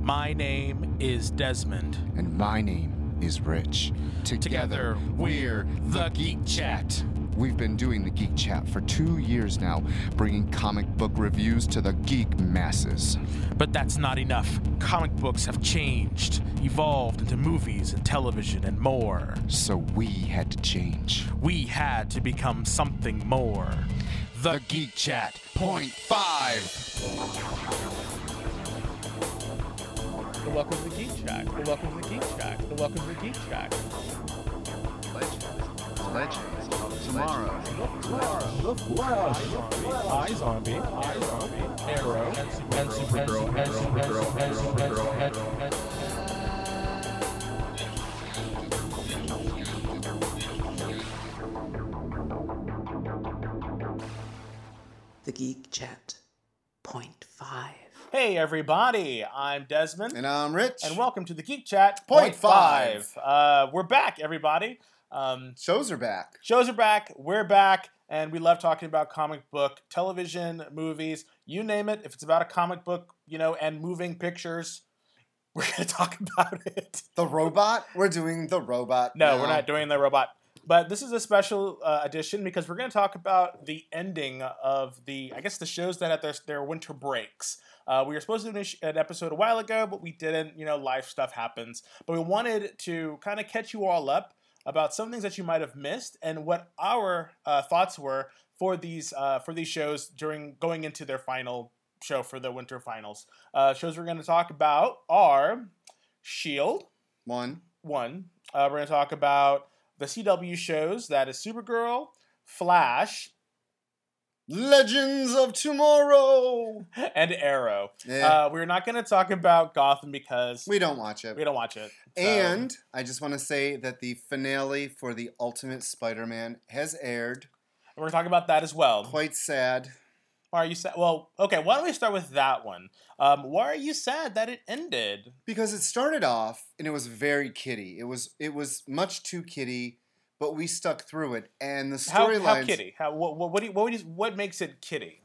My name is Desmond. And my name is Rich. Together, we're the Geek Chat. We've been doing the Geek Chat for two years now, bringing comic book reviews to the geek masses. But that's not enough. Comic books have changed, evolved into movies and television and more. So we had to change. We had to become something more. The Geek Chat. Point five. Welcome to the Geek Shack. Welcome to the Geek Shack. Welcome to the Geek Shack. Tomorrow. The Geek Chat. Point five. Hey everybody, I'm Desmond, And I'm Rich. and welcome to the Geek Chat Point five. Uh, we're back, everybody. Um, Shows are back. shows are back, we're back, and we love talking about comic book, television, movies, you name it. If it's about a comic book, you know, and moving pictures, we're gonna talk about it. The robot? We're doing the robot. No, now. we're not doing the robot. But this is a special uh, edition because we're going to talk about the ending of the, I guess, the shows that had their, their winter breaks. Uh, we were supposed to do an ish- an episode a while ago, but we didn't. You know, life stuff happens. But we wanted to kind of catch you all up about some things that you might have missed and what our uh, thoughts were for these uh, for these shows during going into their final show for the winter finals. Uh, shows we're going to talk about are Shield One. one. Uh, we're going to talk about the CW shows that is Supergirl, Flash, Legends of Tomorrow. and Arrow. Yeah. Uh, we're not going to talk about Gotham because we, we don't watch it. don't watch it. So- And I just want to say that the finale for the Ultimate Spider-Man has aired. we're going to talk about that as well. Quite sad. Why are you sad? Well, okay, why don't we start with that one? Um, why are you sad that it ended? because it started off and it was very kiddie. It was it was much too kiddie, but we stuck through it. And the How, how storylines, kitty? How, what, what, what, do you, what, would you- what makes it kitty?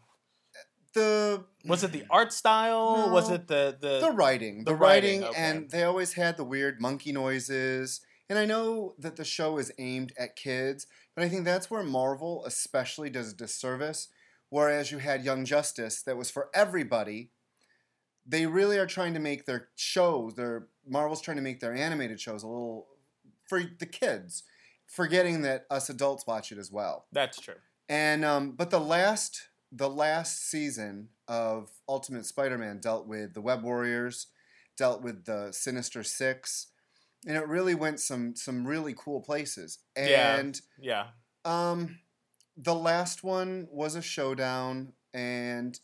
the Was it the art style? No. Was it the. the, the writing, the, the writing, writing, okay. and they always had the weird monkey noises. And I know that the show is aimed at kids, but I think that's where Marvel especially does a disservice. Whereas you had Young Justice that was for everybody, they really are trying to make their shows, their Marvel's trying to make their animated shows a little for the kids, forgetting that us adults watch it as well. That's true. And um, but the last the last season of Ultimate Spider-Man dealt with the Web Warriors, dealt with the Sinister Six, and it really went some some really cool places. Yeah. And Yeah. um, the last one was a showdown, and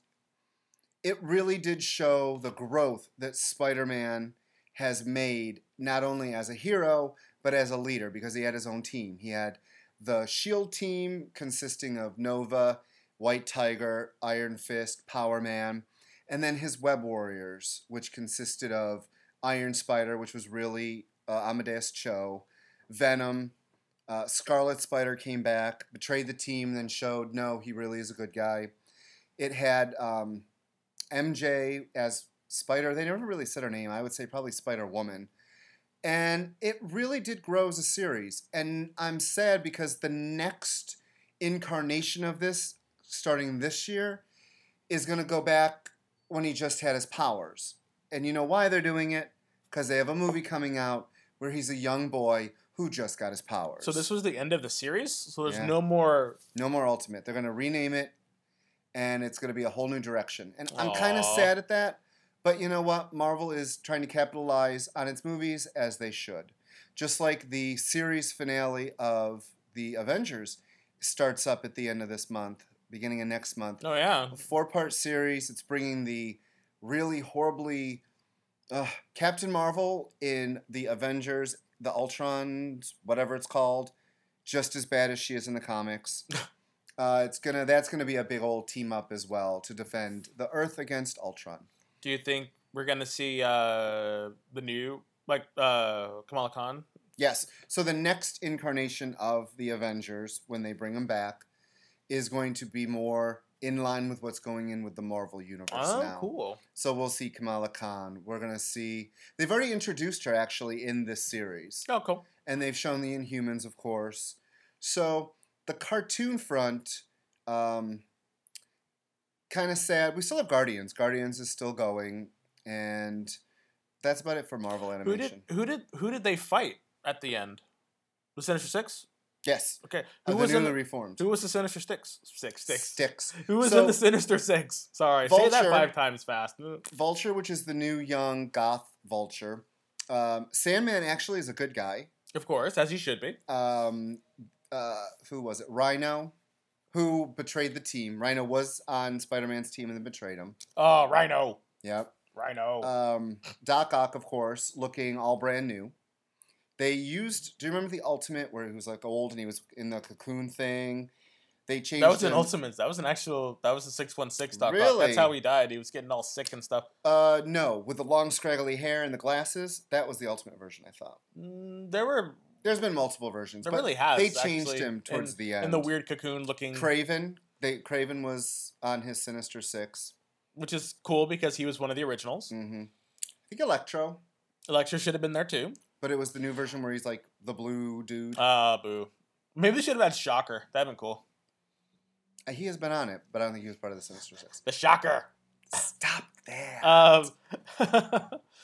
it really did show the growth that Spider-Man has made, not only as a hero but as a leader, because he had his own team. He had the Shield E team consisting of Nova, White Tiger, Iron Fist, Power Man, and then his Web Warriors, which consisted of Iron Spider, which was really uh, Amadeus Cho, Venom, uh, Scarlet Spider came back, betrayed the team, then showed no, he really is a good guy. It had um, MJ as Spider. They never really said her name. I would say probably Spider Woman. And it really did grow as a series. And I'm sad because the next incarnation of this, starting this year, is going to go back when he just had his powers. And you know why they're doing it? Because they have a movie coming out where he's a young boy who just got his powers. So this was the end of the series? So there's Yeah. no more. No more Ultimate. They're going to rename it, and it's going to be a whole new direction. And I'm kind of Aw. sad at that, but you know what? Marvel is trying to capitalize on its movies as they should. Just like the series finale of the Avengers starts up at the end of this month, beginning of next month. Oh, yeah. A four part series. It's bringing the really horribly uh, Captain Marvel in the Avengers, the Ultron, whatever it's called, just as bad as she is in the comics. Uh, it's gonna that's gonna be a big old team up as well to defend the Earth against Ultron. Do you think we're gonna see uh, the new like uh, Kamala Khan? Yes. So the next incarnation of the Avengers, when they bring them back, is going to be more in line with what's going in with the Marvel universe Oh, now. cool. So we'll see Kamala Khan. We're gonna see. They've already introduced her actually in this series, Oh, cool. and they've shown the Inhumans, of course. So the cartoon front, um, kind of sad. We still have Guardians. Guardians is still going, and that's about it for Marvel Who animation. did who did who did they fight at the end? The Sinister Six. Yes, Okay. Who who Uh, the was in newly the, reformed who was the Sinister Six? Six six. sticks. Who was in So- the Sinister Six? Sorry, say that Vulture- five times fast. Mm, Vulture, which is the new young goth Vulture. Um, Sandman actually is a good guy. Of course, as you should be. um, uh, who was it? Rhino, who betrayed the team. Rhino was on Spider Man's team and then betrayed him. Oh, Rhino. Yep. Rhino. Um, Doc Ock, of course, looking all brand new. They used. Do you remember the Ultimate where he was like old and he was in the cocoon thing? They changed. that was an him. Ultimates. That was an actual. That was a six one six doc. Really? That's how he died. He was getting all sick and stuff. Uh, no, with the long scraggly hair and the glasses. That was the Ultimate version. I thought. Mm, there were. There's been multiple versions. There but really has. They changed actually, him towards in, the end. in the weird cocoon looking, Craven. They Craven was on his Sinister Six. which is cool because he was one of the originals. Mm-hmm. I think Electro, Electra should have been there too. but it was the new version where he's like the blue dude. Ah, boo. Maybe they should have had Shocker. That'd been cool. Uh, he has been on it, but I don't think he was part of the Sinister Six. The Shocker. Stop that. Um,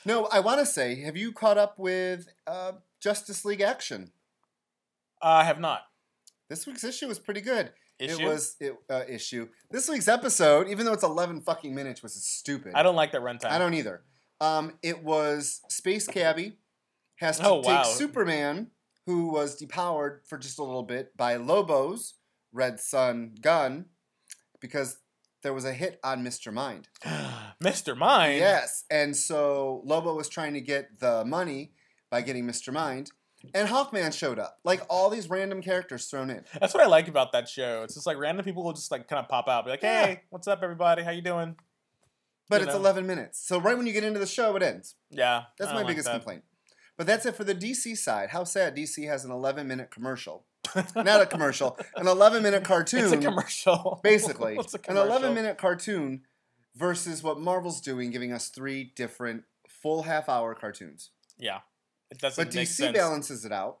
no, I want to say, have you caught up with uh, Justice League Action? I have not. This week's issue was pretty good. Issue? It was it, uh, issue. This week's episode, even though it's eleven fucking minutes, was stupid. I don't like that runtime. I don't either. Um, it was Space Cabbie has to Oh, take wow. Superman, who was depowered for just a little bit by Lobo's Red Sun gun, because there was a hit on Mr. Mind. Mr. Mind. Yes, and so Lobo was trying to get the money by getting Mr. Mind, and Hawkman showed up. Like all these random characters thrown in. That's what I like about that show. It's just like random people will just like kind of pop out, be like, Yeah. "Hey, what's up, everybody? How you doing?" But You it's know. 11 minutes. So right when you get into the show, it ends. Yeah, That's I my don't like biggest that. complaint. But that's it for the DC side. How sad DC has an 11 minute commercial. Not a commercial, an 11 minute cartoon. It's a commercial, Basically, it's a an 11 commercial. minute cartoon versus what Marvel's doing, giving us three different full half hour cartoons. Yeah, it doesn't But make DC sense. balances it out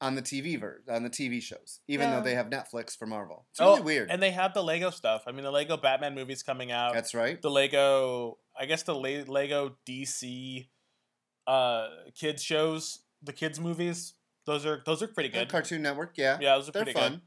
on the TV ver- on the TV shows, even Yeah. though they have Netflix for Marvel. It's Oh, really weird. And they have the Lego stuff. I mean, the Lego Batman movie's coming out. that's right. the Lego, I guess the Le- Lego DC uh kids shows, the kids movies. Those are those are pretty good. Cartoon Network, yeah. yeah, those are They're pretty fun.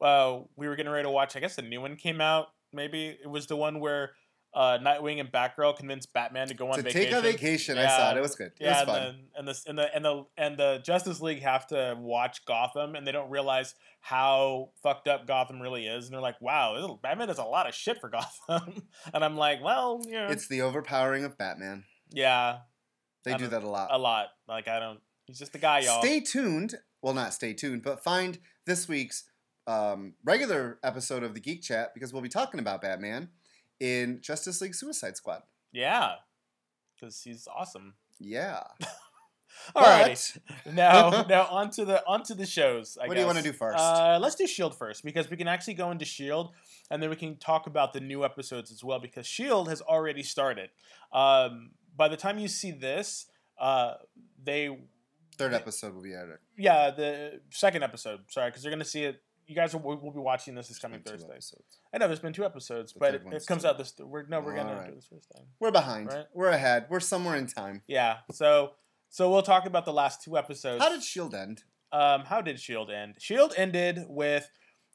good. uh, we were getting ready to watch. I guess the new one came out. Maybe it was the one where uh, Nightwing and Batgirl convinced Batman to go on To vacation. take a vacation, I Yeah. saw it. It was good. Yeah, it was fun. and, the, and the and the and the and the Justice League have to watch Gotham, and they don't realize how fucked up Gotham really is, and they're like, "Wow, this, Batman does a lot of shit for Gotham," and I'm like, "Well, yeah, It's the overpowering of Batman. yeah, They I do don't- that a lot. a lot. Like, I don't. He's just a guy, y'all. Stay tuned. Well, not stay tuned, but find this week's um, regular episode of the Geek Chat because we'll be talking about Batman in Justice League Suicide Squad. yeah, because he's awesome. Yeah. All right. now now onto the onto the shows. I What do you guess. wanna do first? Uh, let's do Shield first because we can actually go into Shield, E and then we can talk about the new episodes as well because Shield E has already started. Um, by the time you see this, uh, they Third episode will be out. yeah the second episode. Sorry, because they're gonna see it. You guys will, will be watching this this coming Two Thursday. episodes. I know there's been two episodes, The but third it, one's it comes still- out this. th- We're, no, we're gonna Alright. do this first time. We're behind. Right. We're ahead. We're somewhere in time. Yeah. So so we'll talk about the last two episodes. How did Shield E end? um, how did Shield end? Shield E ended with.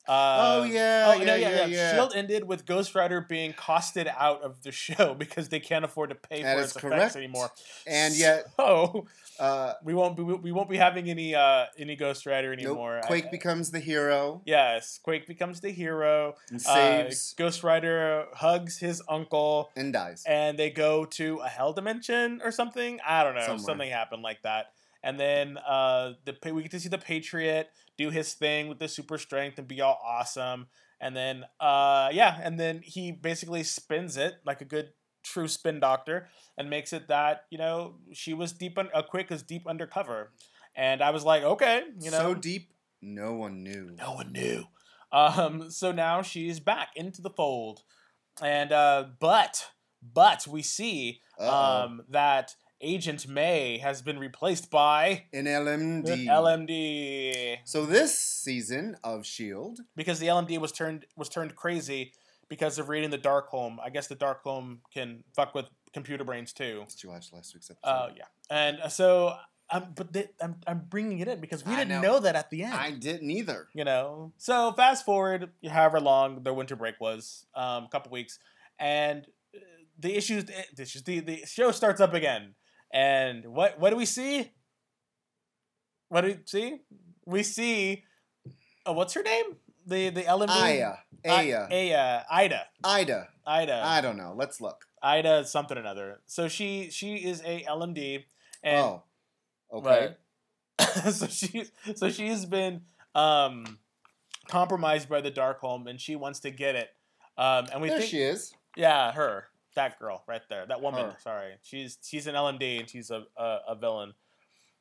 Uh, oh yeah. Oh, yeah, no, yeah, yeah. Shield ended with Ghost Rider being costed out of the show because they can't afford to pay That for is its correct. effects anymore. And yet, oh, uh, we won't be we won't be having any uh any Ghost Rider anymore. nope, I- Quake becomes the hero yes, Quake becomes the hero. and Uh, saves Ghost Rider hugs his uncle, and dies. and they go to a hell dimension or something. I don't know. Somewhere. Something happened like that. And then uh, the pa- we get to see the Patriot do his thing with the super strength and be all awesome. And then uh, yeah, and then he basically spins it like a good true spin doctor and makes it that you know she was deep un- uh, quick is deep undercover. And I was like, okay, you know, so deep, no one knew. no one knew. Um, so now she's back into the fold, and uh, but but we see Uh-oh. um, that Agent May has been replaced by in LMD. LMD So this season of Shield, because the LMD was turned was turned crazy because of reading the Darkholm. I guess the Darkholm can fuck with computer brains too. did you watch last week's episode? Oh yeah, and uh, so um, but th- I'm I'm bringing it in because we I didn't know. know. that at the end. I didn't either. you know, so fast forward however long their winter break was, um, a couple weeks, and uh, the issues the issues the, the show starts up again, and what what do we see? What do we see? We see, uh, what's her name? The the LMD. Aya, Aya, I- Aya. Ida. Ida. Ida. I don't know. Let's look. Ida something or another. So she she is a LMD and oh, okay. Right. so she's so she's been um, compromised by the Darkholm, and she wants to get it. Um, and we there think, she is. yeah, her, that girl right there, that woman. Her. Sorry, she's she's an LMD and she's a a, a villain,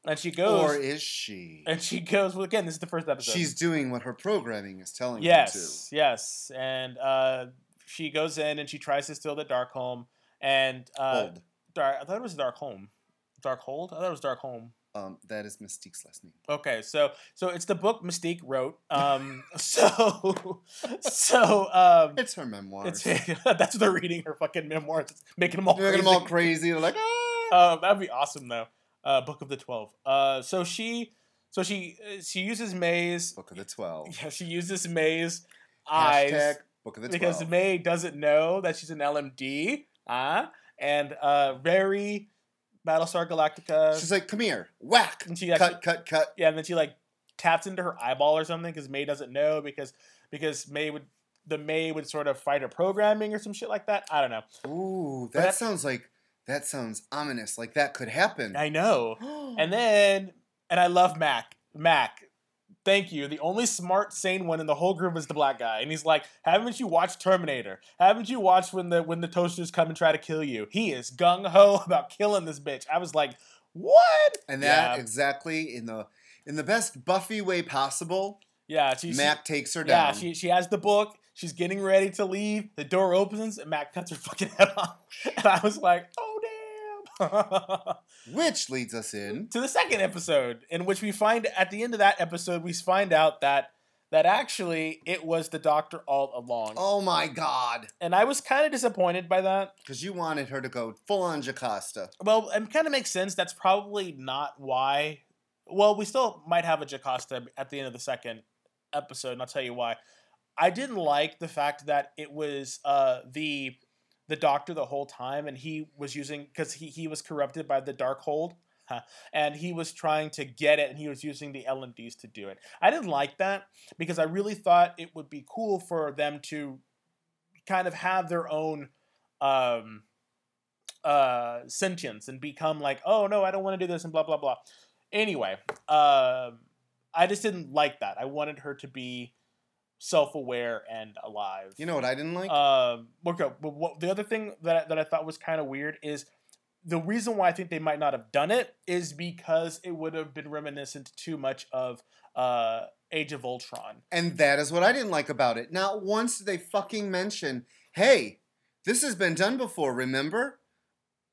and she Or goes is she? and she goes. Well, again, this is the first episode. She's doing what her programming is telling her to. yes, yes, and uh, she goes in and she tries to steal the Darkholm, and uh, Hold. Dark, I thought it was Darkholm, Darkhold. I thought it was Darkholm. Um, that is Mystique's last name. Okay, so so it's the book Mystique wrote. Um, so so um, It's her memoir. it's that's what they're reading her fucking memoirs, It's making them all They're crazy. all crazy. They're like, ah. Uh, that'd be awesome though. Uh, book of the Twelve. Uh, so she so she uh, she uses May's. Book of the Twelve. Yeah, she uses May's eyes Hashtag Book of the because Twelve. May doesn't know that she's an LMD. Uh, and uh, very Battlestar Galactica. She's like, come here, whack, And she actually- cut, cut, cut. Yeah, and then she like taps into her eyeball or something because May doesn't know because because May would the May would sort of fight her programming or some shit like that. I don't know. Ooh, But that that's- sounds like that sounds ominous. Like that could happen. I know. And then and I love Mac. Mac, thank you. The only smart, sane one in the whole group is the black guy, and he's like, "Haven't you watched Terminator? Haven't you watched when the when the toasters come and try to kill you?" He is gung ho about killing this bitch. I was like, "What?" And that yeah, exactly in the in the best Buffy way possible. yeah she's Mac takes her Yeah, down. she, she has the book. She's getting ready to leave. The door opens and Mac cuts her fucking head off. And I was like, oh, damn. Which leads us in. to the second episode, in which we find, at the end of that episode, we find out that that actually it was the doctor all along. Oh my God! And I was kind of disappointed by that. Because you wanted her to go full on Jocasta. Well, it kind of makes sense. That's probably not why. Well, we still might have a Jocasta at the end of the second episode, and I'll tell you why. I didn't like the fact that it was uh, the the doctor the whole time, and he was using because he he was corrupted by the dark hold. And he was trying to get it, and he was using the LMDs to do it. I didn't like that because I really thought it would be cool for them to kind of have their own um, uh, sentience and become like, oh no, I don't want to do this and blah blah blah. Anyway, um, I just didn't like that. I wanted her to be self-aware and alive. You know what I didn't like? Um, okay, but what, the other thing that I- that I thought was kind of weird is the reason why I think they might not have done it is because it would have been reminiscent too much of uh, Age of Ultron. And that is what I didn't like about it. Not once did they fucking mention, hey, this has been done before, remember?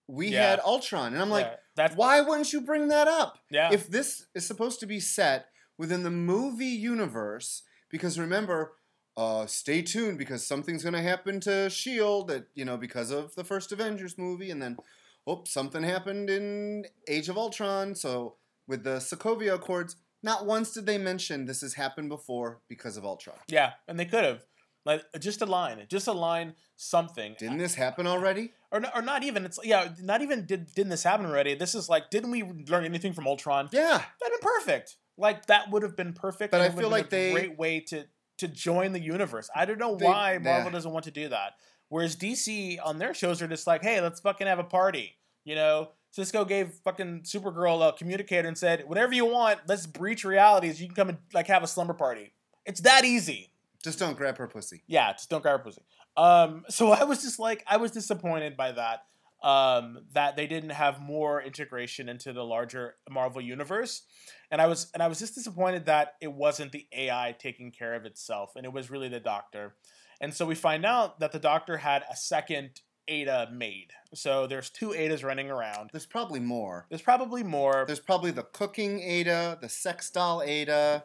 We Yeah. had Ultron. And I'm like, Yeah, that's why wouldn't you bring that up? yeah. If this is supposed to be set within the movie universe, because remember, uh, stay tuned because something's going to happen to S.H.I.E.L.D. E that, you know, because of the first Avengers movie. And then, oops, something happened in Age of Ultron. So with the Sokovia Accords, not once did they mention this has happened before because of Ultron. Yeah, and they could have. Like just a line, just a line, something, Didn't this happen already? or no- or not even. It's yeah, not even did didn't this happen already? This is like, didn't we learn anything from Ultron? Yeah. That'd been perfect. Like that would have been perfect. But and I it would feel have like been they- a great way to to join the universe. I don't know They- why nah. Marvel doesn't want to do that. Whereas DC on their shows are just like, hey, let's fucking have a party. You know, Cisco gave fucking Supergirl a communicator and said, whatever you want, let's breach realities. You can come and like have a slumber party. It's that easy. Just don't grab her pussy. Yeah, just don't grab her pussy. Um, so I was just like, I was disappointed by that. um, that they didn't have more integration into the larger Marvel universe. And I was and I was just disappointed that it wasn't the AI taking care of itself, and it was really the Doctor. And so we find out that the Doctor had a second Ada made. So there's two Adas running around. There's probably more. There's probably more. There's probably the cooking Ada, the sex doll Ada.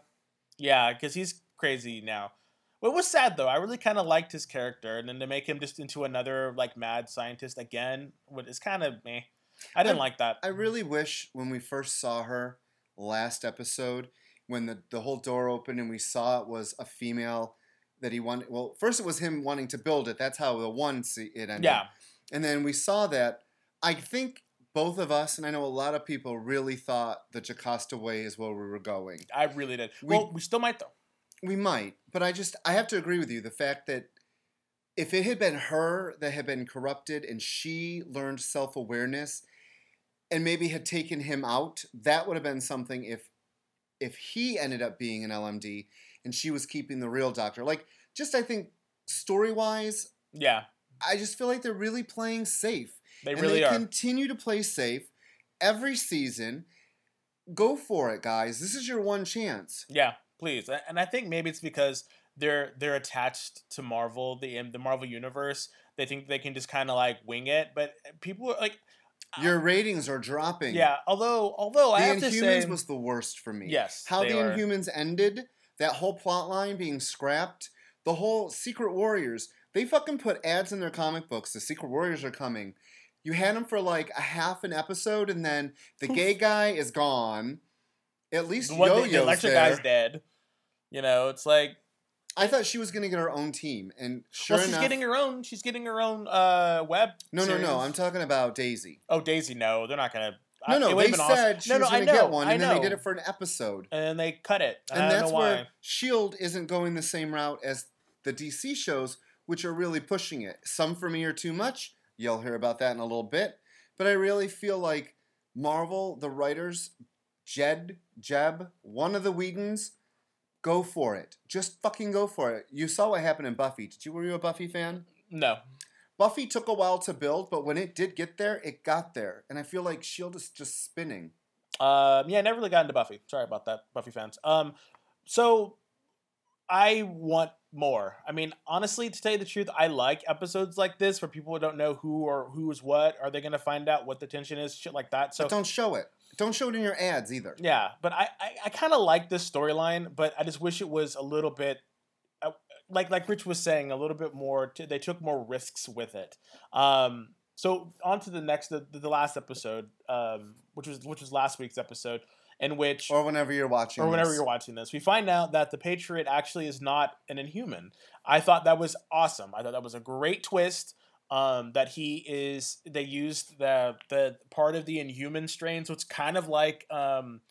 Yeah, because he's crazy now. What was sad though, I really kind of liked his character, and then to make him just into another like mad scientist again, what is kind of meh. I didn't I- like that. I really wish when we first saw her last episode, when the, the whole door opened and we saw it was a female that he wanted. Well, first it was him wanting to build it. That's how the one se- it ended. yeah, And then we saw that. I think both of us, and I know a lot of people, really thought the Jocasta way is where we were going. I really did. We- well, we still might though. We might, but I just I have to agree with you. The fact that if it had been her that had been corrupted and she learned self awareness and maybe had taken him out, that would have been something. If if he ended up being an LMD and she was keeping the real doctor, like just I think story wise, Yeah, I just feel like they're really playing safe. they And really are. continue to play safe every season. Go for it, guys. This is your one chance. Yeah, please. A- And I think maybe it's because they're they're attached to Marvel, the the Marvel universe. They think they can just kind of like wing it, but eh, people are like, Your ratings are dropping. Uh, yeah. Although although I the have to say, Inhumans was the worst for me. Yes, How they the are. Inhumans ended, that whole plot line being scrapped, the whole Secret Warriors, they fucking put ads in their comic books. The Secret Warriors are coming. You had them for like a half an episode, and then the gay guy is gone. At least what the, Yo-Yo's the electric there. guy's dead. You know, it's like I thought she was gonna get her own team, and sure well, she's enough, getting her own. She's getting her own uh, web. No, series. no, no. I'm talking about Daisy. oh, Daisy. No, they're not gonna. I- No, no. it They would've said been awesome. she no, no, I was going to know, get one, I and know. then they did it for an episode. and they cut it. And And I don't that's know why. where Shield E isn't going the same route as the DC shows, which are really pushing it. Some for me are too much. You'll hear about that in a little bit. But I really feel like Marvel, the writers, Jed, Jeb, one of the Whedons, go for it. Just fucking go for it. You saw what happened in Buffy. Did you were you a Buffy fan? no, Buffy took a while to build, but when it did get there, it got there. And I feel like Shield is just spinning. Um, yeah, I never really got into Buffy. Sorry about that, Buffy fans. Um, so I want more. I mean, honestly, to tell you the truth, I like episodes like this where people don't know who or who is what. Are they going to find out what the tension is? Shit like that. So but don't show it. Don't show it in your ads either. yeah, but I I, I kind of like this storyline, but I just wish it was a little bit. uh, Like like Rich was saying, a little bit more. T- they took more risks with it. Um, so on to the next, the, the last episode, um, which was which was last week's episode, in which Or whenever you're watching. or whenever this. you're watching this, we find out that the Patriot actually is not an Inhuman. I thought that was awesome. I thought that was a great twist. Um, that he is. They used the the part of the Inhuman strain, so it's kind of like um,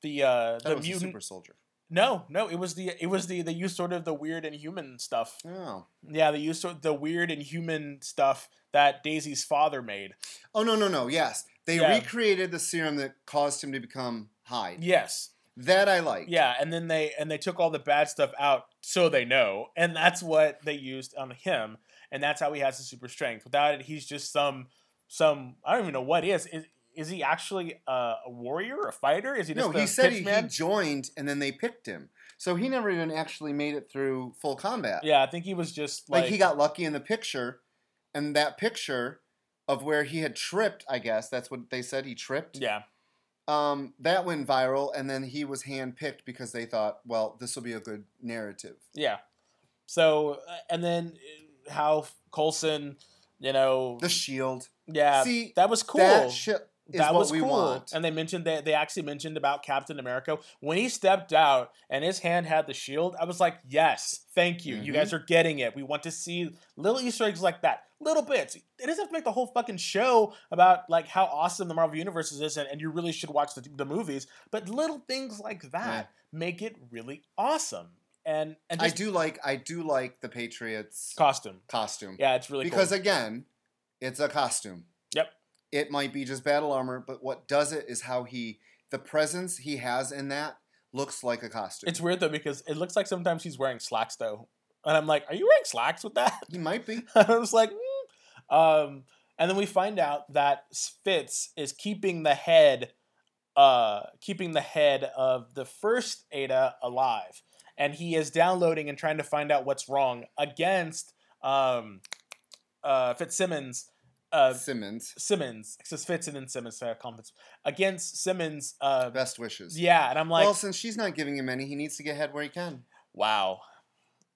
the uh, That the was a mutant. super soldier. No, no, it was the it was the they used sort of the weird Inhuman stuff. Oh. Yeah, they used sort of the weird Inhuman stuff that Daisy's father made. Oh no no no. Yes, they Yeah. recreated the serum that caused him to become Hyde. Yes, That I like. Yeah, and then they and they took all the bad stuff out so they know, and that's what they used on him, and that's how he has the super strength. Without it, he's just some some I don't even know what he is. Is is he actually uh, a warrior, a fighter? Is he just No, the he said he, he pitchman? joined and then they picked him, so he never even actually made it through full combat. yeah, I think he was just like, like he got lucky in the picture, and that picture of where he had tripped. I guess that's what they said. He tripped. yeah Um, that went viral, and then he was handpicked because they thought, well, this will be a good narrative. yeah. So uh, and then uh, how Colson, you know, The Shield. yeah, See, that was cool. That shit is that what was we cool. want. And they mentioned that they actually mentioned about Captain America when he stepped out and his hand had the shield. I was like, yes, thank you. You Mhm. guys are getting it. We want to see little Easter eggs like that, little bits. It doesn't have to make the whole fucking show about like how awesome the Marvel universe is, and, and you really should watch the, the movies. But little things like that make it really awesome. And and I just do like I do like the Patriots costume. costume Yeah, it's really because cool. again, it's a costume. Yep. It might be just battle armor, but what does it is how he the presence he has in that looks like a costume. it's weird though because it looks like sometimes he's wearing slacks though, and I'm like, are you wearing slacks with that? he might be. I was like, mm. um, And then we find out that Fitz is keeping the head, uh, keeping the head of the first Ada alive, and he is downloading and trying to find out what's wrong against um, uh, Fitzsimmons. Uh, Simmons. Simmons, because Fitz and then Simmons, sorry, I call him Fitz- against Simmons. Uh, Best wishes. yeah, and I'm like, well, since she's not giving him any, he needs to get head where he can. Wow.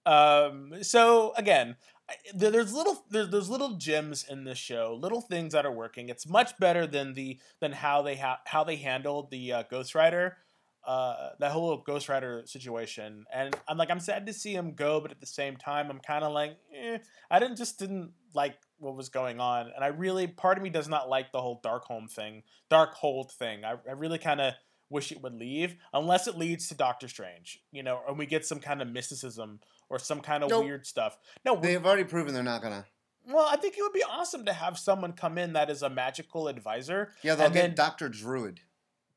Um, so again, I- there- there's little there's, there's little gems in this show, little things that are working. It's much better than the than how they ha- how they handled the uh, Ghost Rider, uh, that whole Ghost Rider situation. And I'm like, I'm sad to see him go, but at the same time, I'm kind of like, eh, I didn't just didn't like what was going on, and I really part of me does not like the whole Darkhold thing, Darkhold thing. I, I really kind of wish it would leave unless it leads to Doctor Strange, you know, and we get some kind of mysticism or some kind of Nope. weird stuff. No, we- They have already proven they're not gonna. well, I think it would be awesome to have someone come in that is a magical advisor. Yeah, they'll And get then- Doctor Druid.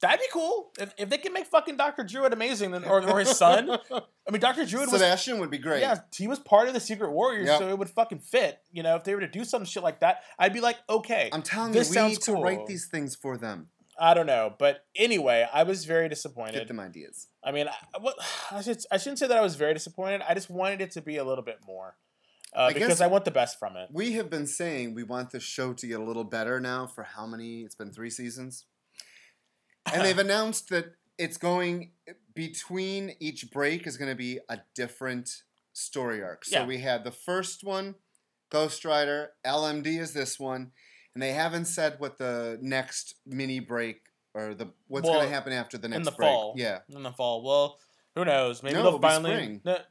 That'd be cool. If, if they can make fucking Doctor Druid amazing, then or, or his son. I mean, Doctor Druid was Sebastian would be great. yeah, he was part of the Secret Warriors, Yep. so it would fucking fit. You know, if they were to do some shit like that, I'd be like, okay, I'm telling This you, we sounds need cool. to write these things for them. I don't know. But anyway, I was very Get disappointed. them ideas. I mean, I, what, I should I shouldn't say that I was very disappointed. I just wanted it to be a little bit more uh, I guess- because I want the best from it. We have been saying we want this show to get a little better now for how many? It's been three seasons. And they've announced that it's going between each break is going to be a different story arc. So Yeah. we had the first one, Ghost Rider, LMD is this one, and they haven't said what the next mini break or the what's Well, going to happen after the next in the break. fall. Yeah. in the fall. Well, who knows? Maybe No, they'll it'll be finally. spring. No,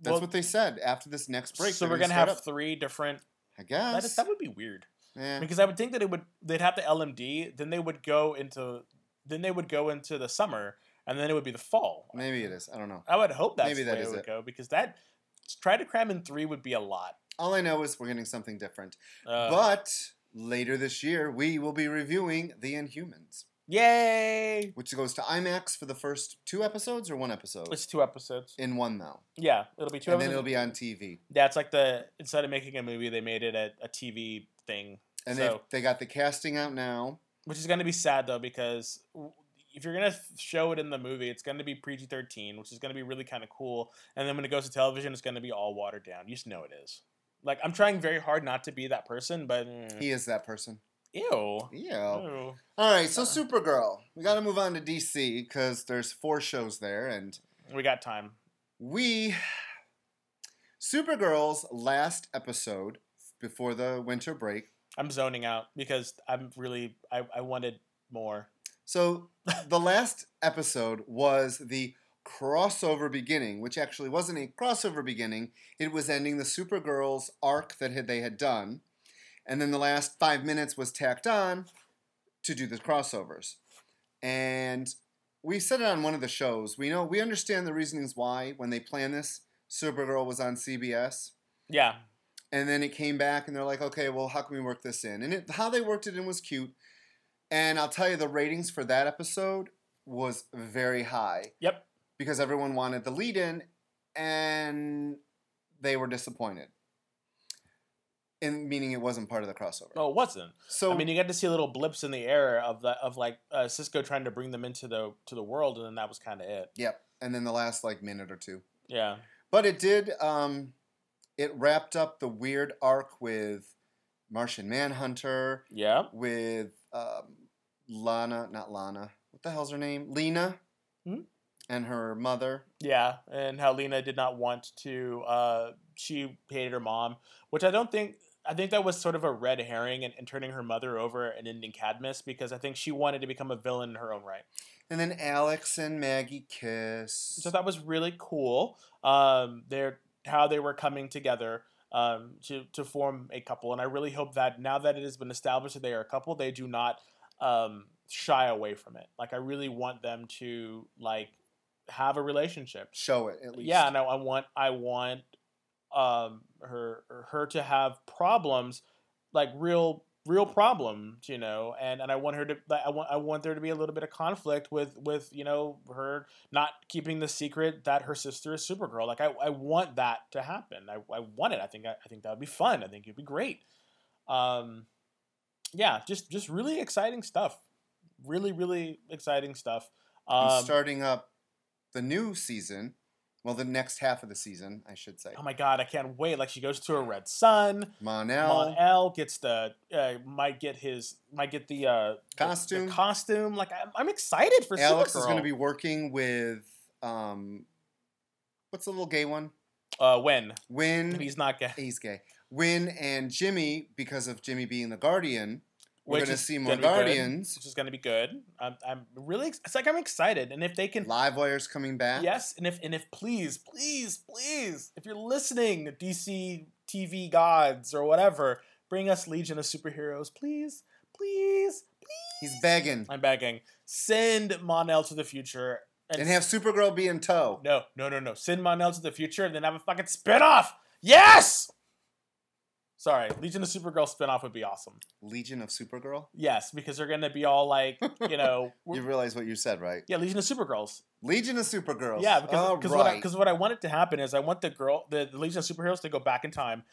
That's well, what they said after this next break. So they're we're gonna start have up. three different. I guess. That, is, that would be weird Yeah. because I would think that it would. They'd have the LMD, then they would go into, then they would go into the summer, and then it would be the fall. Maybe it is. I don't know. I would hope that's Maybe the that way it is would it. go because that try to cram in three would be a lot. All I know is we're getting something different. Uh, but later this year, we will be reviewing The Inhumans, yay! which goes to IMAX for the first two episodes or one episode? It's two episodes. In one, though. Yeah, it'll be two. and then episodes. it'll be on TV. Yeah, it's like the instead of making a movie, they made it a, a TV thing, And So- they they got the casting out now. which is going to be sad though because w- if you're going to show it in the movie, it's going to be PG thirteen, which is going to be really kind of cool. And then when it goes to television, it's going to be all watered down. You just know it is. Like I'm trying very hard not to be that person, but mm, He is that person. ew. Yeah. Ew. All right, Uh-uh. so Supergirl. We got to move on to DC because there's four shows there, and We got time. we. Supergirl's last episode before the winter break I'm zoning out because I'm really I, I wanted more. So the last episode was the crossover beginning, which actually wasn't a crossover beginning. It was ending the Supergirl's arc that had, they had done, and then the last five minutes was tacked on to do the crossovers. And we said it on one of the shows. We know we understand the reasonings why when they plan this. Supergirl was on CBS, Yeah, and then it came back, and they're like, "Okay, well, how can we work this in?" And it, how they worked it in was cute. And I'll tell you, the ratings for that episode was very high Yep. because everyone wanted the lead in, and they were disappointed. In meaning, it wasn't part of the crossover. No, Oh, it wasn't. so I mean, you got to see little blips in the air of the of like uh, Cisco trying to bring them into the to the world, and then that was kind of it. yep. And then the last like minute or two, Yeah, but it did. Um, it wrapped up the weird arc with Martian Manhunter. yeah. with um, Lana, not Lana. What the hell's her name? Lena, Mhm. and her mother. Yeah, and how Lena did not want to. Uh, she hated her mom, which I don't think. I think that was sort of a red herring and, and turning her mother over and ending Cadmus because I think she wanted to become a villain in her own right. And then Alex and Maggie kiss. So that was really cool. Um, their how they were coming together um, to to form a couple, and I really hope that now that it has been established that they are a couple, they do not um, shy away from it. Like I really want them to like have a relationship. Show it at least. Yeah, no, I want I want um her her to have problems, like real real problems, you know, and and I want her to like, I want I want there to be a little bit of conflict with with you know her not keeping the secret that her sister is Supergirl. Like I, I want that to happen. I, I want it. I think I, I think that would be fun. I think it'd be great. Um, yeah, just just really exciting stuff. Really, really exciting stuff. I'm Um, starting up the new season. Well, the next half of the season, I should say. oh my god, I can't wait! Like she goes to a red sun. Mon Monel. L gets the uh, might get his might get the uh, the- the Costume. costume. Like I'm, I'm excited for Alex Supergirl. is going to be working with um, what's the little gay one? uh, when Win. he's not gay, he's gay. Win and Jimmy because of Jimmy being the guardian. We're Which going to is see gonna more be good. guardians. which is going to be good. I'm, I'm really ex- it's like I'm excited, and if they can Live wires coming back. Yes, and if and if please, please, please, if you're listening, DC TV gods or whatever, bring us Legion of Superheroes, please, please. He's begging. I'm begging. Send Monel to the future And have Supergirl be in tow. no, no, no, no. Send Monel to the future and then have a fucking spinoff. Yes. Sorry, Legion of Supergirl spinoff would be awesome. Legion of Supergirl. Yes, because they're gonna be all like, you know, You we're- realize what you said, right? yeah, Legion of Supergirls. Legion of Supergirls. Yeah, because All 'cause what, I- right. 'cause what I wanted to happen is I want the girl, the, the Legion of Superheroes, to go back in time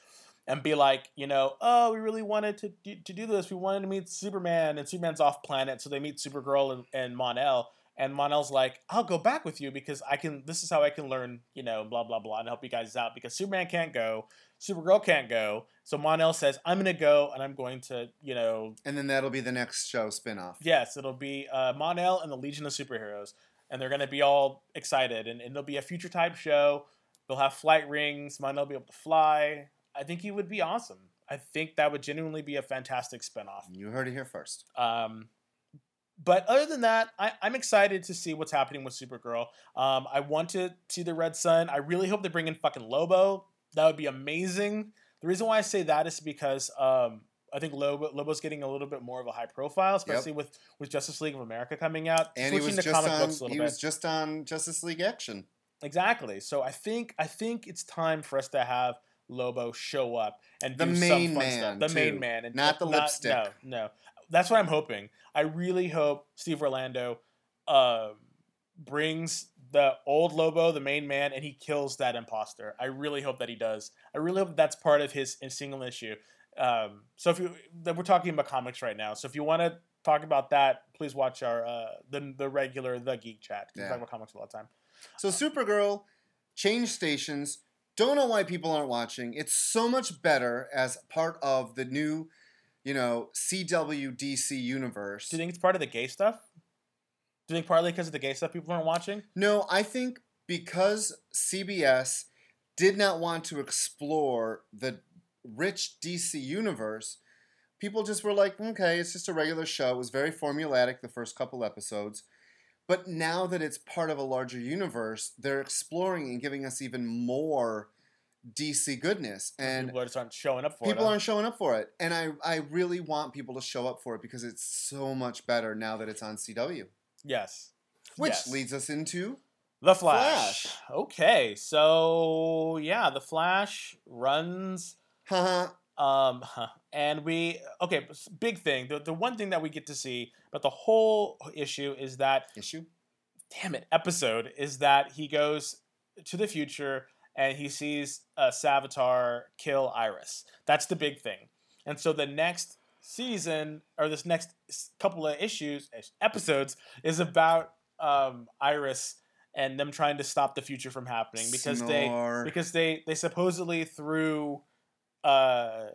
and be like, you know, oh, we really wanted to do, to do this. We wanted to meet Superman, and Superman's off planet, so they meet Supergirl and, and Mon-El, and Mon-El's like, I'll go back with you because I can. This is how I can learn, you know, blah blah blah, and help you guys out because Superman can't go, Supergirl can't go, so Mon-El says, I'm gonna go and I'm going to, you know, and then that'll be the next show spinoff. Yes, it'll be uh, Monel and the Legion of Superheroes, and they're gonna be all excited, and, and it'll be a future type show. They'll have flight rings. Monel will be able to fly. I think he would be awesome. I think that would genuinely be a fantastic spinoff. You heard it here first. Um, but other than that, I, I'm excited to see what's happening with Supergirl. Um, I want to see the Red Sun. I really hope they bring in fucking Lobo. That would be amazing. The reason why I say that is because um, I think Lobo, Lobo's getting a little bit more of a high profile, especially with, with Justice League of America coming out, And he was just on. a He was just on Justice League Action. Exactly. So I think I think it's time for us to have Lobo show up and The do some main fun man, stuff. The too. main man, and Not the lipstick. No, no. That's what I'm hoping. I really hope Steve Orlando um, brings the old Lobo, the main man, and he kills that imposter. I really hope that he does. I really hope that's part of his single issue. Um, so if you that we're talking about comics right now, so if you want to talk about that, please watch our uh, the the regular the geek chat. 'cause We Yeah. talk about comics a lot of time. So Supergirl changed stations. Don't know why people aren't watching. It's so much better as part of the new, you know, CW DC universe. Do you think it's part of the gay stuff? Do you think partly because of the gay stuff people aren't watching? No, I think because CBS did not want to explore the rich DC universe, people just were like, okay, it's just a regular show. It was very formulaic the first couple episodes. But now that it's part of a larger universe, they're exploring and giving us even more DC goodness. And people just aren't showing up for people it. aren't showing up for it. And I, I really want people to show up for it because it's so much better now that it's on CW. Yes. Which Yes. leads us into The Flash. Okay, so yeah, the Flash runs. haha Um, and we okay. s- Big thing. The the one thing that we get to see, but the whole issue is that issue. damn it episode is that he goes to the future and he sees uh, Savitar kill Iris. That's the big thing. And so the next season or this next s- couple of issues ish- episodes is about um, Iris and them trying to stop the future from happening because they Snore. because they they supposedly threw uh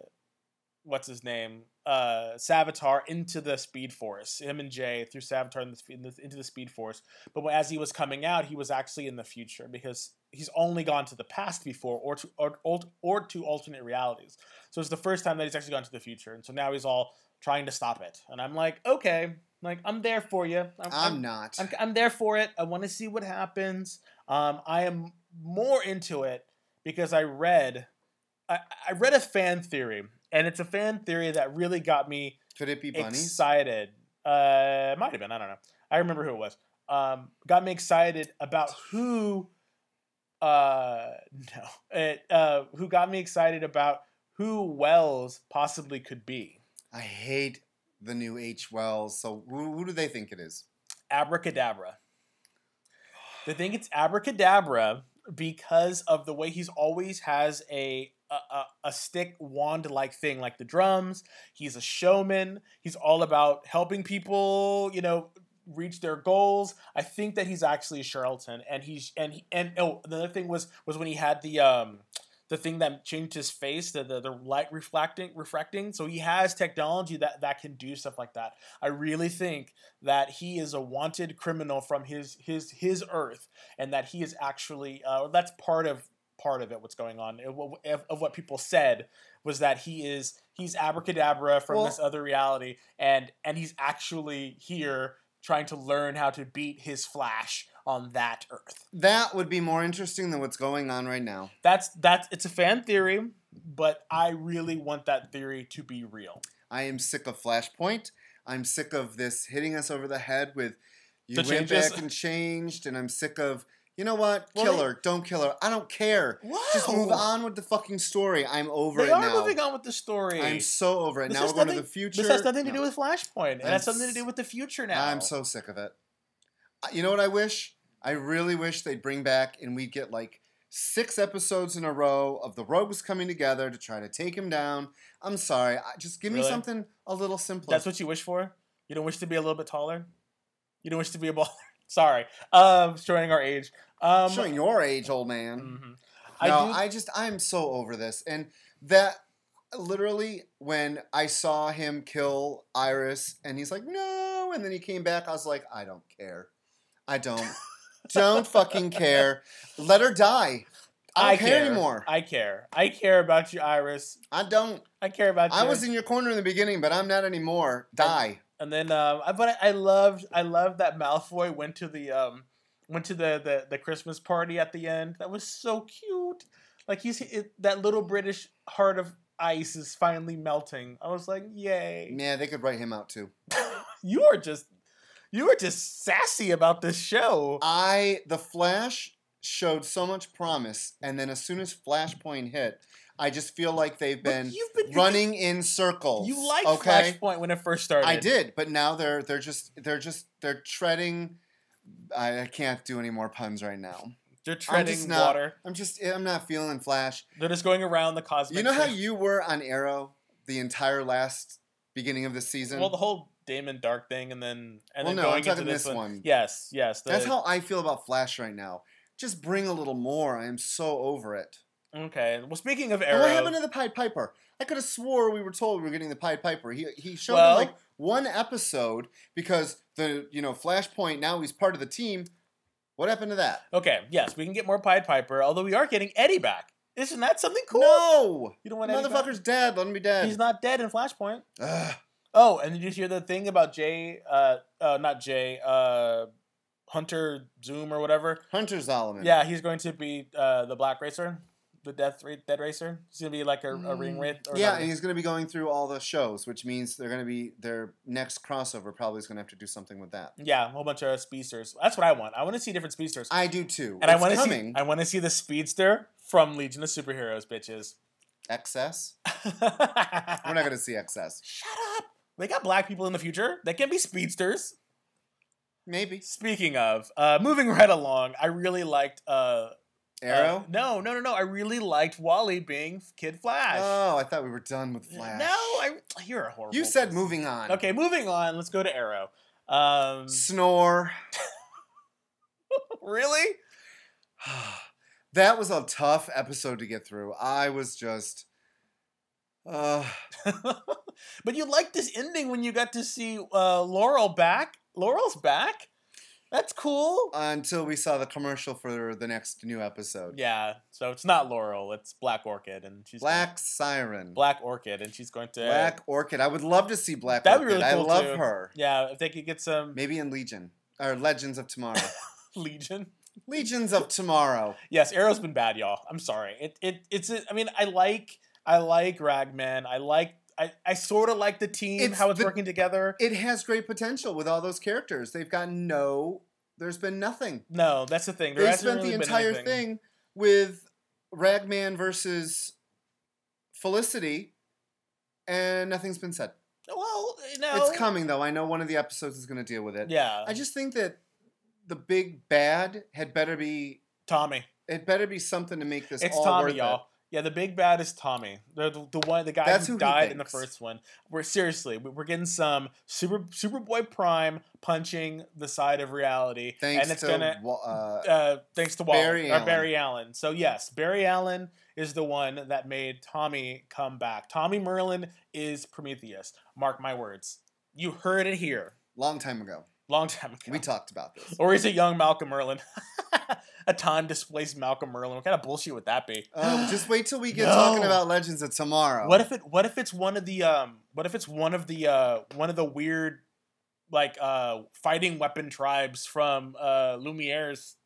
what's his name uh Savitar into the Speed Force. Him and Jay threw Savitar in the, sp- in the, into the Speed Force. But when- as he was coming out, he was actually in the future because he's only gone to the past before, or to or, or, or to alternate realities. So it's the first time that he's actually gone to the future, and so now he's all trying to stop it. And I'm like, okay, like I'm there for you. I'm, I'm, I'm- not. I'm, I'm there for it. I want to see what happens. Um, I am more into it because I read, I, I read a fan theory, and it's a fan theory that really got me Could it be bunnies? excited. Uh, it might have been. I don't know. I remember who it was. Um, got me excited about who. Uh, no, it, uh, who got me excited about who Wells possibly could be? I hate the new H. Wells. So who, who do they think it is? abracadabra. They think it's abracadabra because of the way he's always has a a, a, a stick wand like thing, like the drums. He's a showman. He's all about helping people, you know, reach their goals. I think that he's actually a charlatan, and he's and he, and oh, another thing was was when he had the um the thing that changed his face, the the, the light reflecting refracting. So he has technology that that can do stuff like that. I really think that he is a wanted criminal from his his his earth, and that he is actually uh, that's part of part of it what's going on It- wh- of, of what people said was that he is he's abracadabra from Well- this other reality and and he's actually here trying to learn how to beat his flash on that earth That would be more interesting than what's going on right now. that's that's it's a fan theory but i really want that theory to be real I am sick of Flashpoint. I'm sick of this hitting us over the head with you The went changes. back and changed, and I'm sick of you know what? Well, Kill her, don't kill her. I don't care. Just move Wow. on with the fucking story. I'm over they it are now. moving on with the story I'm so over it. This now has we're going to nothing- the future. this has nothing to No. do with flashpoint and I'm has something to s- do with the future now I'm so sick of it. Uh, You know what I wish? I really wish they'd bring back and we'd get like six episodes in a row of the rogues coming together to try to take him down. I'm sorry. I- Just give me Really? something a little simpler. That's what you wish for. You don't wish to be a little bit taller. You don't wish to be a baller. Sorry, um, showing our age. Um, showing your age, old man. mhm. I No, do. I just I'm so over this. And that literally when I saw him kill Iris and he's like, "No," and then he came back, I was like, "I don't care. I don't don't fucking care. Let her die. I don't I care, anymore. I, I care. I care about you, Iris. don't. I care about you. I was in your corner in the beginning, but I'm not anymore. Die. and then, um, I- but I, I loved. I loved that Malfoy went to the um, went to the, the the Christmas party at the end. That was so cute. Like he's it, that little British heart of ice is finally melting. I was like, yay. yeah, they could write him out too. you are just you are just sassy about this show. I the Flash showed so much promise, and then as soon as Flashpoint hit, I just feel like they've But been you've been running in circles. You liked Flashpoint when it first started. I did, but now they're they're just they're just they're treading. I, I can't do any more puns right now. They're treading just not- water. I'm just I'm not feeling Flash. They're just going around the cosmic. You know how thing. you were on Arrow the entire last beginning of the season. well the whole Damon Dark thing, and then and Well, then no, going I'm talking into this, this one. one. Yes, yes. the- That's how I feel about Flash right now. Just bring a little more. I am so over it. Okay. Well, speaking of And Arrow, what happened to the Pied Piper? I could have swore we were told we were getting the Pied Piper. He he showed Well- in like one episode because the you know Flashpoint now he's part of the team. What happened to that? okay, yes, we can get more Pied Piper. Although we are getting Eddie back. Isn't that something cool? No, You don't want Eddie back? motherfucker's dead. Let him be dead. He's not dead in Flashpoint. Ugh. Oh, and did you hear the thing about Jay? Uh, uh not Jay. Uh, Hunter Zoom or whatever. Hunter Solomon. Yeah, he's going to be uh, the Black Racer, the Death ra- Dead Racer. He's gonna be like a, a ring Mm. wraith. Or Yeah, not- and he's going to be going through all the shows, which means they're going to be their next crossover. Probably is going to have to do something with that. yeah, a whole bunch of speedsters. That's what I want. I want to see different speedsters, I do too. and I It's want to see coming. I want to see the speedster from Legion of Superheroes, bitches. excess. We're We're not going to see excess. shut up. They got black people in the future. They can be speedsters. Maybe Speaking of, uh, moving right along, I really liked uh, Arrow. Uh, no, no, no, no. I really liked Wally being Kid Flash. oh, I thought we were done with Flash. No, I, you're a horrible. You said person. moving on. Okay, moving on. Let's go to Arrow. Um, Snore. really? that was a tough episode to get through. I was just. Uh, but you liked this ending when you got to see uh, Laurel back. Laurel's back. That's cool. until we saw the commercial for the next new episode. yeah. So it's not Laurel. It's Black Orchid, and she's Black Siren. Black Orchid, and she's going to Black Orchid. I would love to see Black That'd be Orchid. really I cool, love too. her. Yeah, if they could get some Maybe in Legion or Legends of Tomorrow. Legion. Legions of Tomorrow. Yes, Arrow's been bad, y'all. I'm sorry. It it it's. I mean, I like I like Ragman. I like I I sort of like the team It's how it's the- working together. It has great potential with all those characters. They've got no. There's been nothing. No, that's the thing. There they hasn't spent really the been entire anything. thing with Ragman versus Felicity, and nothing's been said. Well, no, It's coming though. I know one of the episodes is going to deal with it. Yeah, I just think that the big bad had better be Tommy. it better be something to make this It's all Tommy, worth it. y'all. Yeah, the big bad is Tommy. The, the, the one, the guy That's who, who he died in the thinks. first one. We're seriously, we- we're getting some super Superboy Prime punching the side of reality, Thanks and it's to gonna Wa- uh, uh, thanks to Waller, Barry or Allen. Barry Allen. So yes, Barry Allen is the one that made Tommy come back. Tommy Merlin is Prometheus. Mark my words. You heard it here. long time ago. Long time ago. We talked about this. or is it young Malcolm Merlin? a time displaced Malcolm Merlin. What kind of bullshit would that be? Um, just wait till we get No. talking about Legends of Tomorrow. What if it? What if it's one of the um? What if it's one of the uh one of the weird, like uh fighting weapon tribes from uh Lumiere's,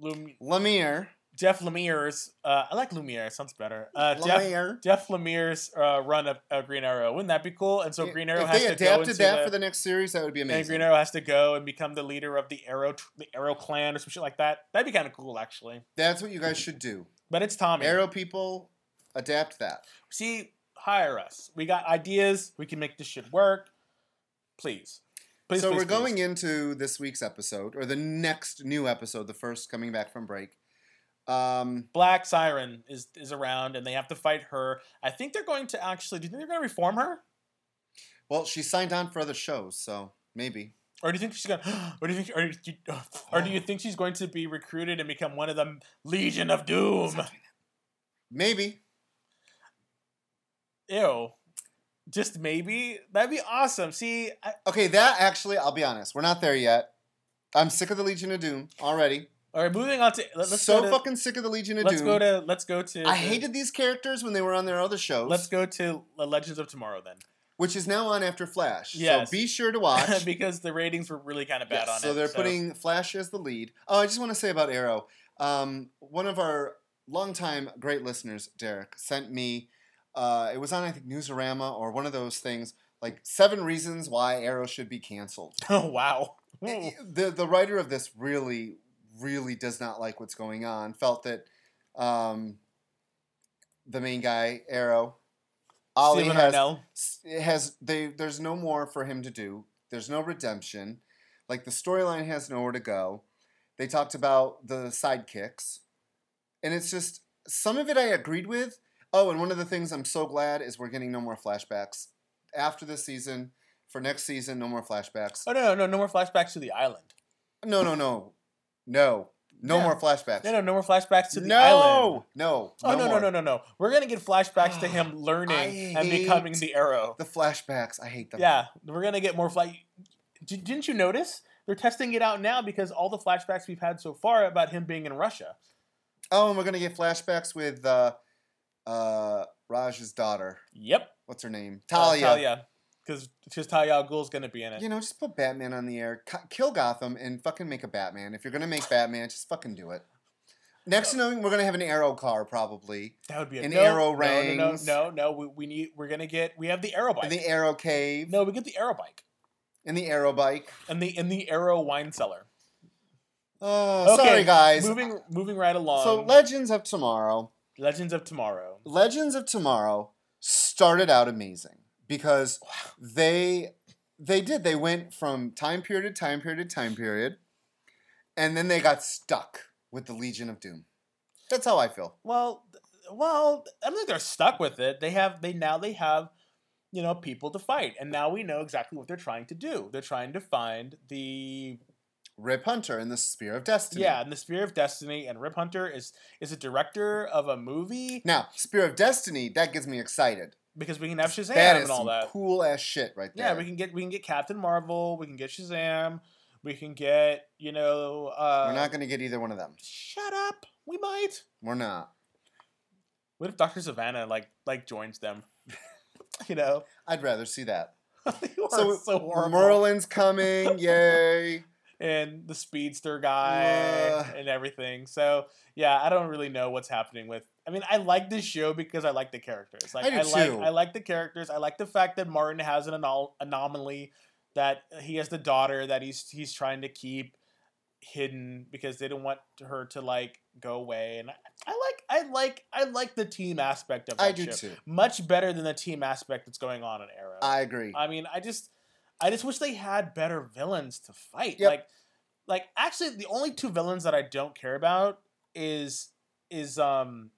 Lum Lemire? Jeff Lemire's. Uh, I like Lumiere. Sounds better. Uh, Jeff Lemire. Jeff Lemire's uh, run of uh, Green Arrow. Wouldn't that be cool? And so Green Arrow if has to they go into adapted that the, for the next series, that would be amazing. and Green Arrow has to go and become the leader of the Arrow tr- the Arrow clan or some shit like that. That'd be kind of cool actually. That's what you guys should do. But it's Tommy. Arrow people, adapt that. See, hire us. We got ideas. We can make this shit work. Please. Please. so please, we're please. going into this week's episode, or the next new episode, the first coming back from break. Um, Black Siren is is around and they have to fight her. I think they're going to actually do you think they're gonna reform her? well, she signed on for other shows, so maybe. Or do you think she's gonna? Or do you think? Or do you, or do you think she's going to be recruited and become one of the Legion of Doom? Maybe. Ew. Just maybe that'd be awesome. See, I, Okay, that actually, I'll be honest, we're not there yet. I'm sick of the Legion of Doom already. all right. Moving on to let, us so go to, fucking sick of the Legion of Let's Doom. go to. Let's go to. I hated these characters when they were on their other shows, Let's go to the Legends of Tomorrow then, which is now on after Flash. Yes. So be sure to watch. because the ratings were really kind of bad Yes, on so it. they're putting Flash as the lead. Oh, I just want to say about Arrow. Um, one of our longtime great listeners, Derek, sent me. Uh, it was on I think Newsarama or one of those things, like seven reasons why Arrow should be canceled. Oh wow. Ooh. the the writer of this really, really does not like what's going on. Felt that um, the main guy, Arrow, Ollie Steven has Arnell. s- it has they there's no more for him to do. There's no redemption. Like the storyline has nowhere to go. They talked about the sidekicks. And it's just some of it I agreed with. Oh, and one of the things I'm so glad is we're getting no more flashbacks after this season. For next season, no more flashbacks. Oh no no no no more flashbacks to the island. No, no, no. No. No Yeah. more flashbacks. No no no more flashbacks to the island. no. No. Oh no no more. no no no! We're gonna get flashbacks to him learning I and becoming the Arrow. The flashbacks. I hate them. Yeah, we're gonna get more flight. D- didn't you notice they're testing it out now because all the flashbacks we've had so far about him being in Russia. Oh, and we're gonna get flashbacks with uh, uh, Raj's daughter. Yep, What's her name? Uh, Talia. Talia, because because Talia al Ghul's gonna be in it. You know, just put Batman on the air. Co- Kill Gotham and fucking make a Batman. If you're gonna make Batman, just fucking do it. Next to knowing, we're gonna have an Arrow car probably, That would be a and no, arrow no, no, no, rings. no, no. We, we need. We're gonna get. We have the Arrow bike. and the Arrow Cave, no, we get the Arrow bike and the Arrow Bike. and the and the Arrow wine cellar. Oh, sorry guys. Moving moving right along. So Legends of Tomorrow. Legends of Tomorrow. Legends of Tomorrow started out amazing because they they did they went from time period to time period to time period, and then they got stuck with the Legion of Doom. That's how I feel. Well, th- well, I don't think they're stuck with it. They have they now they have you know people to fight, and now we know exactly what they're trying to do. They're trying to find the Rip Hunter in the Spear of Destiny. yeah, and the Spear of Destiny. And Rip Hunter is is a director of a movie Now, Spear of Destiny, that gets me excited. because we can have Shazam that is and all some that. cool ass shit right there. yeah, we can get we can get Captain Marvel, we can get Shazam, we can get you know. Uh, We're not gonna get either one of them. shut up. We might. We're not. What if Doctor Savannah like like joins them? you know, I'd rather see that. you are So, so, horrible. Merlin's coming, yay! and the speedster guy Ugh. and everything. So yeah, I don't really know what's happening with. I mean, I like this show because I like the characters. Like I do like too. I like the characters. I like the fact that Martin has an anol- anomaly that he has the daughter that he's he's trying to keep hidden because they didn't want her to like go away. And I, I like I like I like the team aspect of that I do show. too. Much better than the team aspect that's going on in Arrow. I agree. I mean, I just, I just wish they had better villains to fight. Yep. Like, like actually, the only two villains that I don't care about is is um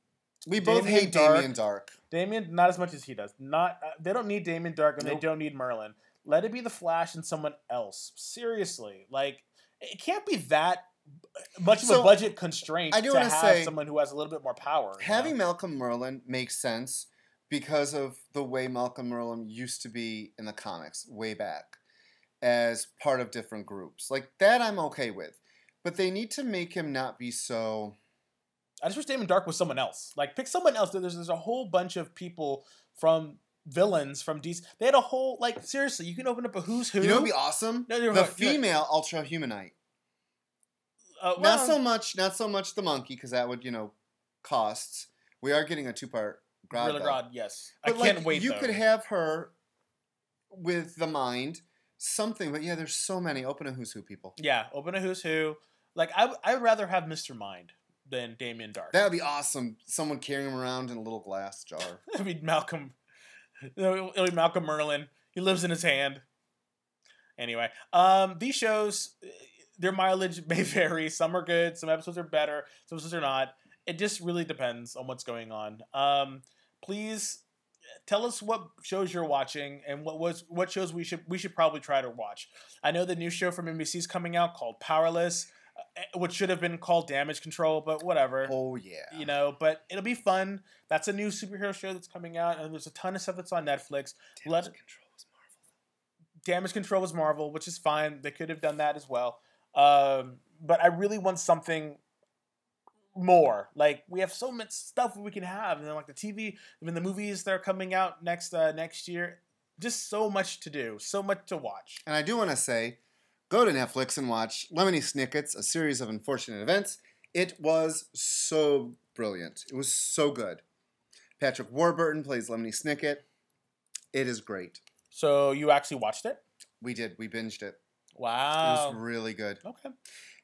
We both Damien hate Dark. Damien Dark. Damien, not as much as he does. Not uh, they don't need Damien Dark and Nope. they don't need Merlin. Let it be the Flash and someone else. Seriously, like it can't be that uh, much of So, a budget constraint I do to wanna have say, someone who has a little bit more power. you Having know? Malcolm Merlin makes sense because of the way Malcolm Merlin used to be in the comics way back as part of different groups. Like that I'm okay with. But they need to make him not be so I just wish Damon Dark was someone else. Like pick someone else. There's there's a whole bunch of people from villains from DC. They had a whole like seriously. You can open up a who's who. Uh, You know what'd be awesome? No, you're the right, you're right. female Ultra Humanite. uh, not well, so much not so much the monkey, because that would, you know, costs. We are getting a two part grad. Gorilla though. Grodd, yes. But I like, can't wait. You though. could have her with the mind, something, but yeah, there's so many. Open a who's who people. Yeah, open a who's who. Like I, I would rather have Mr. Mind than Damien Dark. That would be awesome. Someone carrying him around in a little glass jar. I mean Malcolm. It'll it'll be Malcolm Merlin. He lives in his hand. Anyway, um, these shows, eh, their mileage may vary. Some are good. Some episodes are better. Some episodes are not. It just really depends on what's going on. Um, please tell us what shows you're watching and what was what shows we should we should probably try to watch. I know the new show from NBC is coming out called Powerless, eh, which should have been called Damage Control, but whatever Oh yeah. you know but it'll be fun that's a new superhero show that's coming out and there's a ton of stuff that's on netflix let- control was damage control was marvel which is fine they could have done that as well um, but i really want something more like we have so much stuff we can have and then like the tv and the movies that are coming out next uh, next year just so much to do so much to watch And I do want to say, go to Netflix and watch Lemony Snicket's A Series of Unfortunate Events. It was so brilliant. It was so good. Patrick Warburton plays Lemony Snicket. It is great. so you actually watched it We did. We binged it. It wow was really good. okay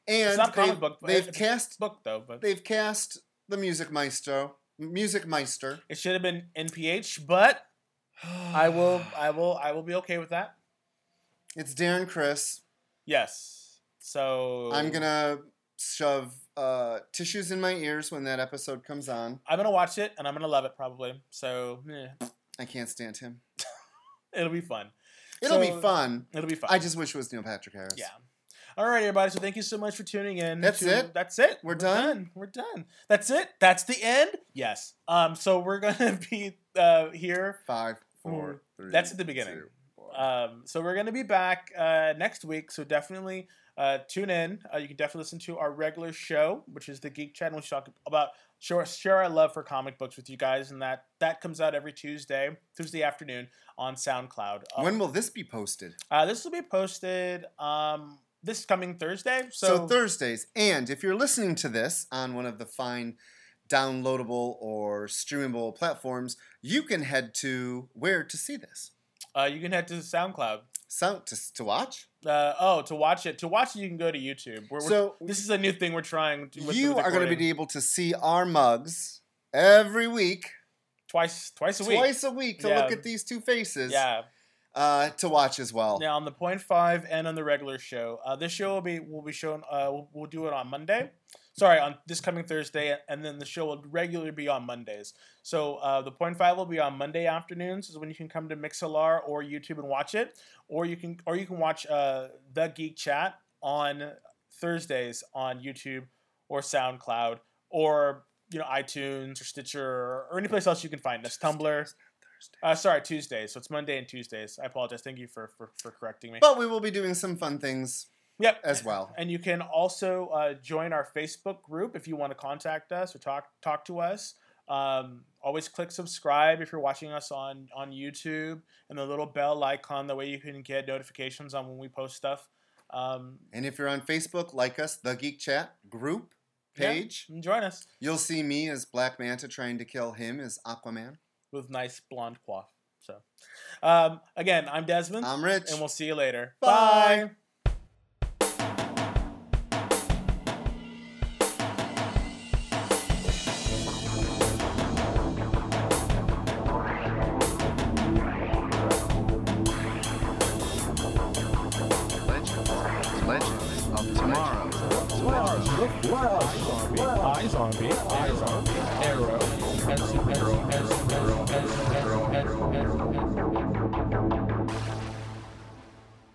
And Um, not comic they've, book, but they've it's- cast book though but they've cast the music maestro, music meister. it should have been nph but I will, I will, I will be okay with that. It's Darren Chris. Yes. So I'm gonna shove uh, tissues in my ears when that episode comes on. I'm gonna watch it and I'm gonna love it probably. So eh, I can't stand him. it'll be fun. It'll So- be fun. It'll be fun. I just wish it was Neil Patrick Harris. yeah. All right, everybody. So thank you so much for tuning in. That's to- it? That's it. We're done? We're done. That's it. That's the end. Yes. Um. So we're gonna be uh here. Five, four, three. That's at the beginning. two, four. Um, so we're going to be back uh, next week. So definitely uh, tune in. Uh, you can definitely listen to our regular show, which is the Geek Chat, and we talk about share, share our love for comic books with you guys, and that that comes out every Tuesday, Tuesday afternoon on SoundCloud. Uh, when will this be posted? uh, this will be posted um, this coming Thursday. So, So, Thursdays, and if you're listening to this on one of the fine downloadable or streamable platforms, you can head to where to see this. uh, you can head to SoundCloud. Sound to, to watch. Uh, oh, to watch it, to watch it, you can go to YouTube. We're, we're- so this is a new thing we're trying. To, with- you with are going to recording. be able to see our mugs every week, twice, twice a week. twice a week, to look Yeah. at these two faces. Yeah. Uh, to watch as well. Now on the point five and on the regular show. Uh, this show will be will be shown. Uh, we'll, we'll do it on Monday. Sorry, on this coming Thursday, and then the show will regularly be on Mondays. So uh, the point five will be on Monday afternoons, is when you can come to Mixlr or YouTube and watch it, or you can or you can watch uh, the Geek Chat on Thursdays on YouTube or SoundCloud or you know iTunes or Stitcher or, or any place else you can find us. Tumblr. Uh, sorry, Tuesdays. So it's Monday and Tuesdays. I apologize. Thank you for for, for correcting me. But we will be doing some fun things Yep. as well. And you can also uh, join our Facebook group if you want to contact us or talk talk to us. Um, always click subscribe if you're watching us on on YouTube and the little bell icon. That way you can get notifications on when we post stuff. Um, And if you're on Facebook, like us, the Geek Chat group Yeah. page. and join us You'll see me as Black Manta trying to kill him as Aquaman. with nice blonde coif. So, um, again, I'm Desmond, I'm Rich. and we'll see you later. Bye. Legends, legends of tomorrow. Tomorrow. Eyes on me. Eyes on me. Eyes on me. Arrow.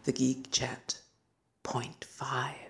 The Geek Chat Point Five.